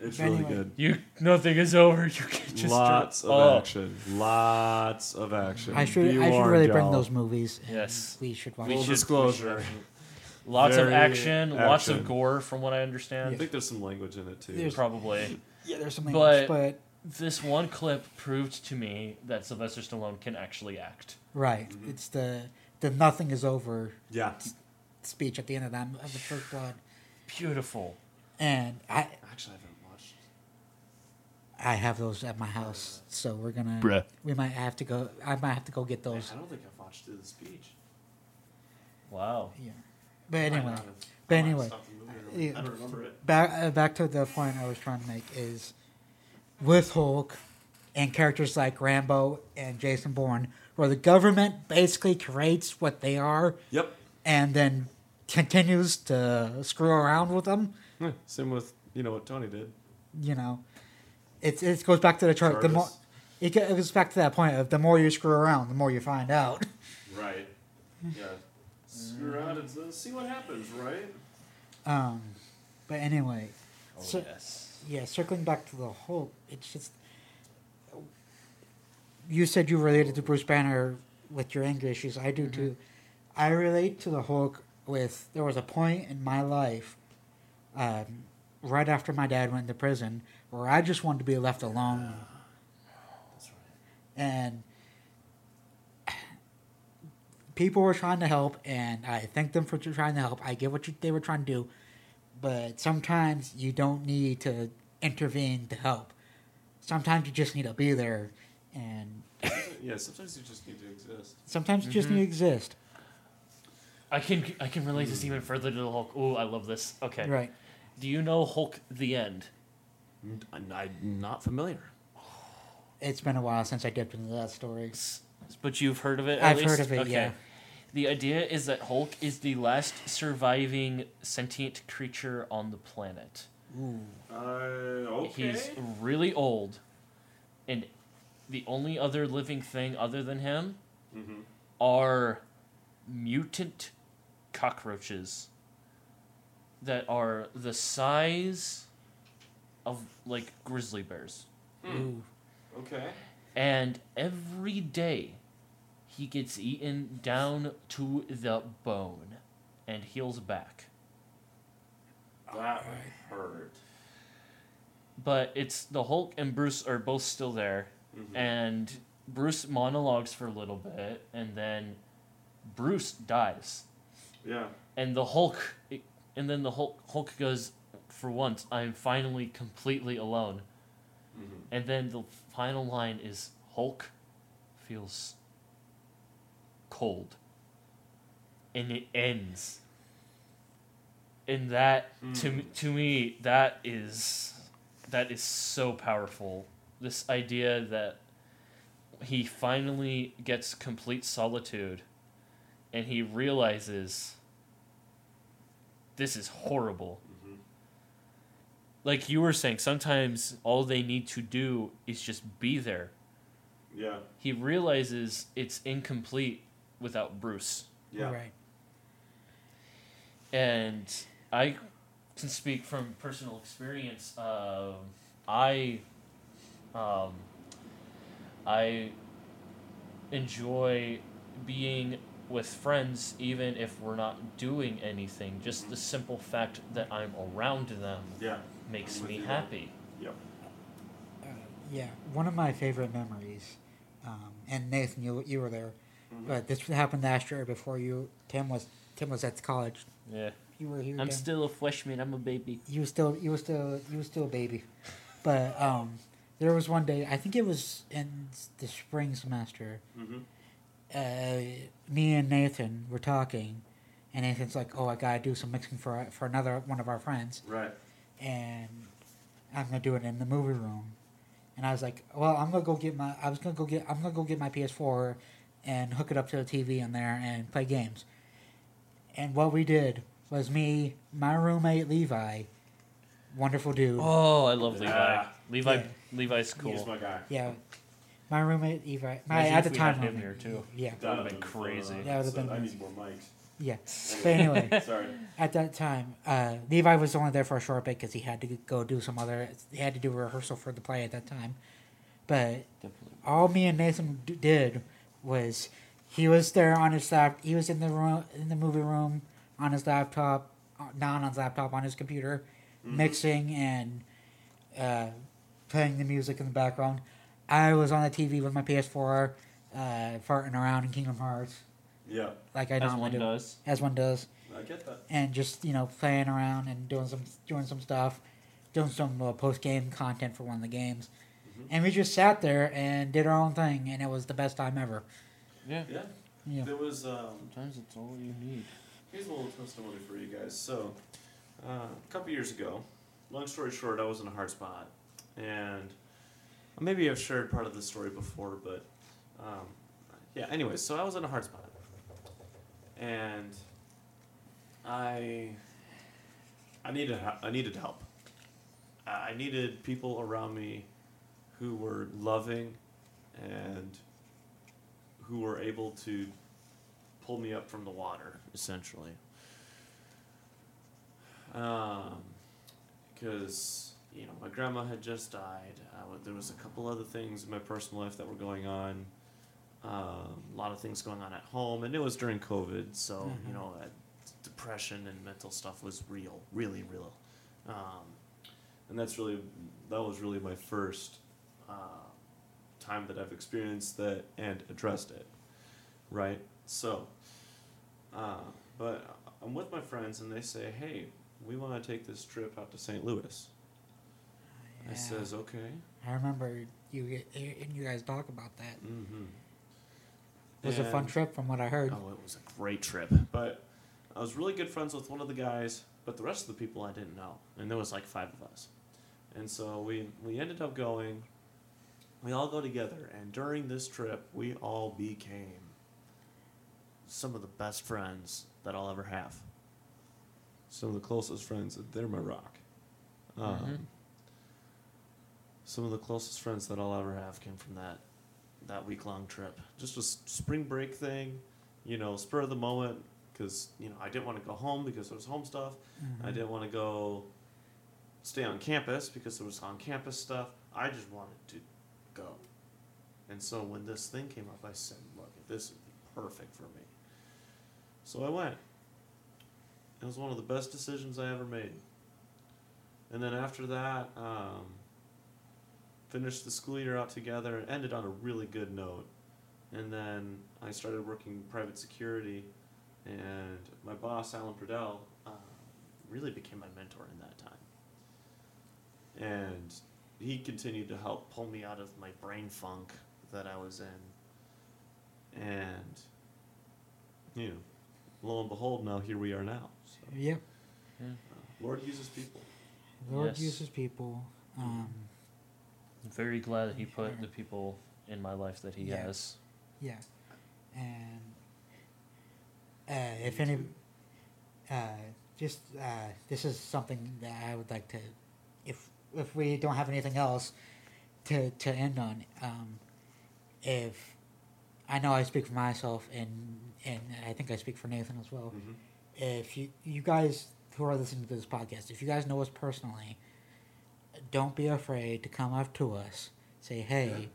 S2: It's
S1: Anyway.
S2: really good.
S3: You nothing is over. You can just
S2: Lots of
S3: oh,
S2: action. Lots of action.
S1: I should
S2: Be
S1: I should
S2: warned,
S1: really
S2: y'all.
S1: bring those movies. and
S3: Yes.
S1: we should watch.
S3: We
S2: Full
S3: should- we
S2: disclosure.
S3: Lots of
S2: Very
S3: action, lots of
S2: action.
S3: gore, from what I understand.
S2: I think there's some language in it too.
S1: There's-
S3: Probably
S1: Yeah, there's some
S3: but-
S1: language, but
S3: this one clip proved to me that Sylvester Stallone can actually act.
S1: right,
S3: Mm-hmm.
S1: it's the the nothing is over
S2: yeah.
S1: speech at the end of that of the first blood.
S3: Beautiful.
S1: And I,
S2: Actually, I haven't watched.
S1: I have those at my house, so we're gonna.
S3: Bruh.
S1: We might have to go. I might have to go get those.
S2: I don't think I've watched the speech.
S3: Wow.
S1: Yeah. But anyway,
S2: Might not have.
S1: but
S2: I might have
S1: anyway, uh,
S2: stopped the movie. I don't- I
S1: yeah.
S2: don't remember it.
S1: back uh, back to the point I was trying to make is, with Hulk, and characters like Rambo and Jason Bourne, where the government basically creates what they are
S2: Yep.
S1: and then continues to screw around with them.
S2: Yeah, Same with you know what Tony did.
S1: You know, it it goes back to the chart. The more
S2: Jarvis.
S1: it go- it goes back to that point of the more you screw around, the more you find out.
S2: Right. Yeah. Screw around and s- see what happens, right?
S1: Um, but anyway,
S3: Oh
S1: So-
S3: yes.
S1: yeah, circling back to the Hulk, it's just you said you related to Bruce Banner with your anger issues. I do too. I relate to the Hulk with there was a point in my life um, right after my dad went to prison, where I just wanted to be left alone. And people were trying to help, and I thank them for trying to help. I get what you, they were trying to do, but sometimes you don't need to intervene to help. Sometimes you just need to be there, and
S2: Yeah, sometimes you just need to exist.
S1: sometimes you
S3: Mm-hmm.
S1: just need to exist.
S3: I can I can relate this even further to the Hulk. Ooh, I love this. Okay.
S1: Right.
S3: Do you know Hulk the End?
S2: I'm, not familiar.
S1: It's been a while since I dipped into that story.
S3: S- But you've heard of it. At
S1: I've
S3: least?
S1: heard of it,
S3: Okay.
S1: yeah.
S3: The idea is that Hulk is the last surviving sentient creature on the planet.
S2: Uh, okay.
S3: He's really old, and the only other living thing other than him
S2: Mhm.
S3: are mutant cockroaches that are the size of like grizzly bears.
S2: Hmm.
S1: Ooh.
S2: Mm-hmm. Okay.
S3: And every day he gets eaten down to the bone and heals back.
S2: That would hurt.
S3: But it's the Hulk and Bruce are both still there.
S2: Mhm.
S3: And Bruce monologues for a little bit and then Bruce dies.
S2: Yeah.
S3: And the Hulk and then the Hulk Hulk goes for once I'm finally completely alone.
S2: Mhm.
S3: And then the final line is Hulk feels cold. And it ends. And that to m- to me that is that is so powerful. This idea that he finally gets complete solitude and he realizes this is horrible.
S2: Mm-hmm.
S3: Like you were saying, sometimes all they need to do is just be there.
S2: Yeah.
S3: He realizes it's incomplete without Bruce.
S2: Yeah.
S1: Right.
S3: And I can speak from personal experience. Um, I, um, I enjoy being with friends, even if we're not doing anything. Just the simple fact that I'm around them
S2: Yeah.
S3: makes
S2: I'm with
S3: me
S2: you.
S3: happy.
S2: Yep.
S1: Uh, yeah. One of my favorite memories, um, and Nathan, you you were there,
S2: Mm-hmm.
S1: but this happened last year before you. Tim was Tim was at college.
S3: Yeah,
S1: You were here.
S3: I'm
S1: Tim.
S3: still a freshman. I'm a baby.
S1: you was still you was still you was still a baby, but um, there was one day I think it was in the spring semester.
S2: Mhm.
S1: Uh, me and Nathan were talking, and Nathan's like, "Oh, I gotta do some mixing for for another one of our friends,
S2: Right.
S1: and I'm gonna do it in the movie room." And I was like, "Well, I'm gonna go get my I was gonna go get I'm gonna go get my PS4, and hook it up to the TV in there and play games." And what we did was me, my roommate Levi, wonderful dude.
S3: Oh, I love Levi.
S2: Yeah.
S3: Levi,
S1: Yeah.
S3: Levi's cool.
S2: Ah. He's my guy.
S1: Yeah, my roommate Levi. My
S3: Imagine
S1: at
S3: if
S1: the
S3: we
S1: time
S3: had him
S1: roommate.
S3: here, too.
S1: Yeah,
S2: That
S3: would've been crazy.
S1: That would've been
S2: I
S1: nice.
S2: need more mics.
S1: yeah. But anyway,
S2: Sorry.
S1: at that time, uh, Levi was only there for a short bit because he had to go do some other. He had to do a rehearsal for the play at that time, but all me and Nathan d- did was he was there on his lap. He was in the room in the movie room on his laptop, uh, not on his laptop, on his computer,
S3: Mm-hmm.
S1: mixing and uh, playing the music in the background. I was on the TV with my PS4, uh, farting around in Kingdom Hearts
S2: Yeah.
S1: like I
S3: As
S1: normally
S3: one
S1: do,
S3: does.
S1: as one does,
S2: I get that.
S1: and just you know playing around and doing some doing some stuff, doing some uh, post game content for one of the games.
S2: Mm-hmm.
S1: And we just sat there and did our own thing, and it was the best time ever.
S3: Yeah.
S2: Yeah.
S1: Yeah.
S2: There was um,
S3: Sometimes it's all you need.
S2: Here's a little testimony for you guys. So, uh, a couple years ago, long story short, I was in a hard spot, and maybe I've shared part of the story before, but um, yeah. Anyway, so I was in a hard spot, and I I needed he- I needed help. I I needed people around me who were loving and who were able to pull me up from the water, essentially. Because, Um, you know, my grandma had just died. I wa- there was a couple other things in my personal life that were going on. Um, a lot of things going on at home, and it was during COVID, so, you know, that depression and mental stuff was real, really real. um, and that's really that was really my first uh, time that I've experienced that and addressed it, right? So, uh, but I'm with my friends and they say, "Hey, we want to take this trip out to St. Louis." I
S1: Yeah.
S2: says, "Okay."
S1: I remember you and you guys talk about that.
S2: Mm-hmm.
S1: It was a fun trip from what I heard.
S2: Oh, it was a great trip. But I was really good friends with one of the guys, but the rest of the people I didn't know. And there was like five of us. And so we, we ended up going. We all go together. And during this trip, we all became some of the best friends that I'll ever have. Some of the closest friends. They're my rock. Um,
S3: Mhm.
S2: Some of the closest friends that I'll ever have came from that that week long trip. Just a s- spring break thing, you know, spur of the moment, because, you know, I didn't want to go home because there was home stuff.
S1: Mhm.
S2: I didn't want to go stay on campus because there was on campus stuff. I just wanted to go. And so when this thing came up, I said, look, this would be perfect for me. So I went. It was one of the best decisions I ever made. And then after that, um, finished the school year out together, ended on a really good note. And then I started working private security, and my boss, Alan Pradell, uh, really became my mentor in that time. And he continued to help pull me out of my brain funk that I was in. And, you know, lo and behold, now here we are now. So,
S1: Yep.
S2: uh, Lord uses people.
S1: The Lord
S3: Yes.
S1: uses people. Um,
S3: I'm very glad that he put
S1: Yeah.
S3: the people in my life that he
S1: Yeah.
S3: has.
S1: yeah. And uh, if any, uh, just uh, this is something that I would like to, if if we don't have anything else, to to end on. Um, if I know I speak for myself, and and I think I speak for Nathan as well.
S2: Mhm.
S1: if you you guys who are listening to this podcast, if you guys know us personally, don't be afraid to come up to us. Say, hey,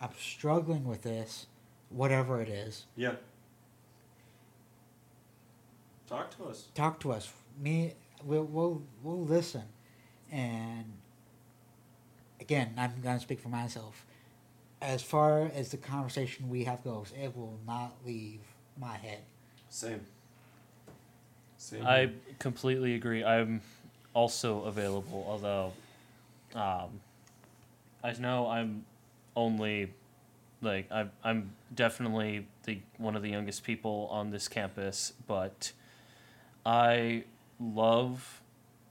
S1: I'm struggling with this, whatever it is.
S2: Yeah. Talk to us.
S1: Talk to us. Me, we'll we'll, we'll listen. And again, I'm gonna speak for myself. As far as the conversation we have goes, it will not leave my head.
S2: Same. Same.
S3: I completely agree. I'm also available, although um, I know I'm only like I'm I'm definitely the one of the youngest people on this campus, but I love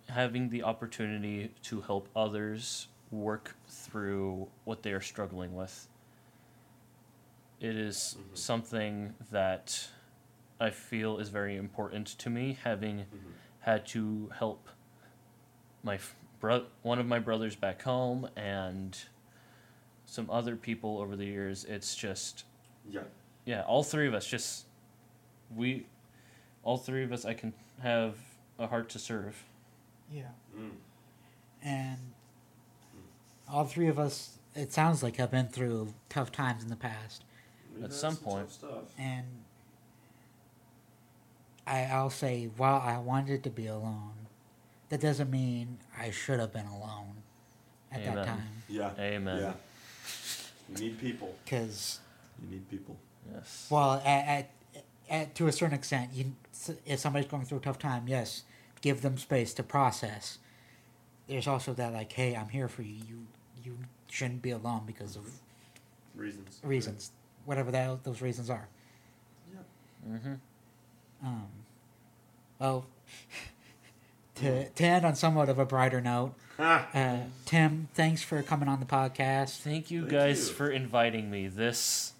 S3: having the opportunity to help others work through what they are struggling with. It is
S2: Mhm.
S3: something that I feel is very important to me, having
S2: Mhm.
S3: had to help my f- bro- one of my brothers back home and some other people over the years. It's just
S2: Yeah.
S3: yeah, all three of us just we all three of us I can have a heart to serve.
S1: Yeah.
S2: Mm.
S1: and all three of us it sounds like have been through tough times in the past
S2: We've
S3: At
S2: had
S3: some
S2: tough
S3: point.
S2: stuff.
S1: and I, i'll say while i wanted to be alone that doesn't mean i should have been alone at that
S3: Amen.
S1: time
S2: Yeah.
S3: Amen.
S2: Yeah. You need people.
S1: because
S2: You need people.
S3: Yes.
S1: well at, at, at, to a certain extent you, if somebody's going through a tough time yes give them space to process there's also that like hey i'm here for you you, you shouldn't be alone because of
S2: Reasons.
S1: reasons, whatever that, those reasons are.
S2: Yeah.
S3: mm-hmm.
S1: Um, well, to, to end on somewhat of a brighter note,
S2: Ha!
S1: uh, Tim, thanks for coming on the podcast.
S3: Thank you
S2: Thank
S3: guys
S2: you.
S3: for inviting me. This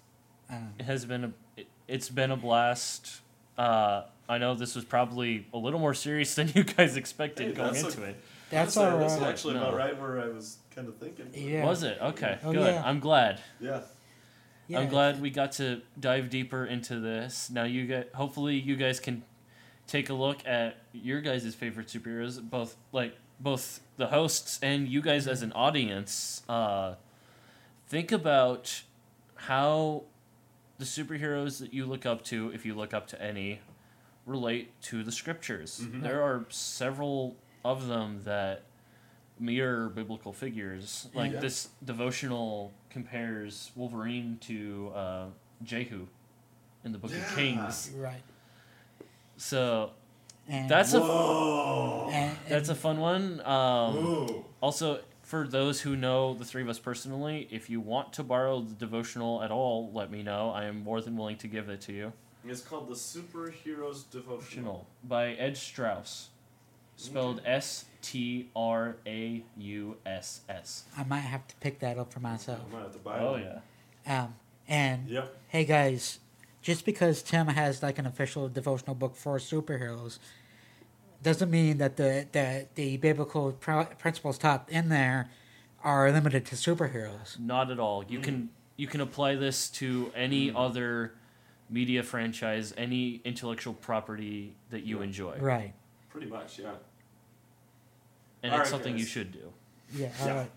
S1: Um,
S3: has been a it- it's been a blast. Uh, I know this was probably a little more serious than you guys expected
S2: Hey,
S3: going
S2: that's
S3: into it.
S1: that's
S2: Honestly,
S1: all
S2: This is
S1: right.
S2: actually
S3: No.
S2: about right where I was kind of thinking.
S1: Yeah.
S3: Was it? Okay,
S1: Oh,
S3: good.
S1: yeah.
S3: I'm glad.
S2: Yeah.
S1: Yeah,
S3: I'm glad we got to dive deeper into this. Now you guys, hopefully you guys can take a look at your guys' favorite superheroes, both like both the hosts and you guys as an audience. Uh, think about how the superheroes that you look up to, if you look up to any, relate to the scriptures.
S2: Mhm.
S3: There are several of them that mirror biblical figures. Like
S2: Yeah.
S3: this devotional compares Wolverine to uh, Jehu in the Book
S2: Yeah.
S3: of Kings.
S1: Right.
S3: So
S1: And,
S3: That's a-
S2: Whoa.
S1: and,
S3: that's a fun one. Um,
S2: Whoa.
S3: also, for those who know the three of us personally, if you want to borrow the devotional at all, let me know. I am more than willing to give it to you.
S2: It's called the Superheroes Devotional.
S3: Devotional by Ed Strauss, spelled S T R A U S S.
S1: I might have to pick that up for myself.
S2: I might have to buy
S3: Oh
S2: one.
S3: yeah.
S1: Um, and
S2: Yep.
S1: hey guys, just because Tim has like an official devotional book for superheroes, doesn't mean that the the, the biblical pr- principles taught in there are limited to superheroes.
S3: Not at all.
S2: Mm-hmm.
S3: You can you can apply this to any other media franchise, any intellectual property that you
S2: Yeah.
S3: enjoy,
S1: Right.
S2: Pretty much, yeah.
S3: and
S2: All right,
S3: it's something you
S2: guys.
S3: should do.
S1: Yeah.
S2: Yeah.
S1: All right.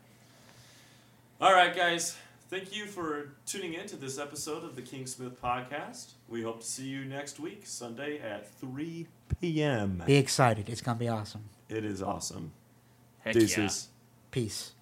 S2: All right, guys. Thank you for tuning in to this episode of the Kingsmith Podcast. We hope to see you next week, Sunday at 3 p.m.
S1: Be excited. It's gonna be awesome.
S2: It is awesome.
S3: Heck yeah.
S2: Deuces.
S1: Peace.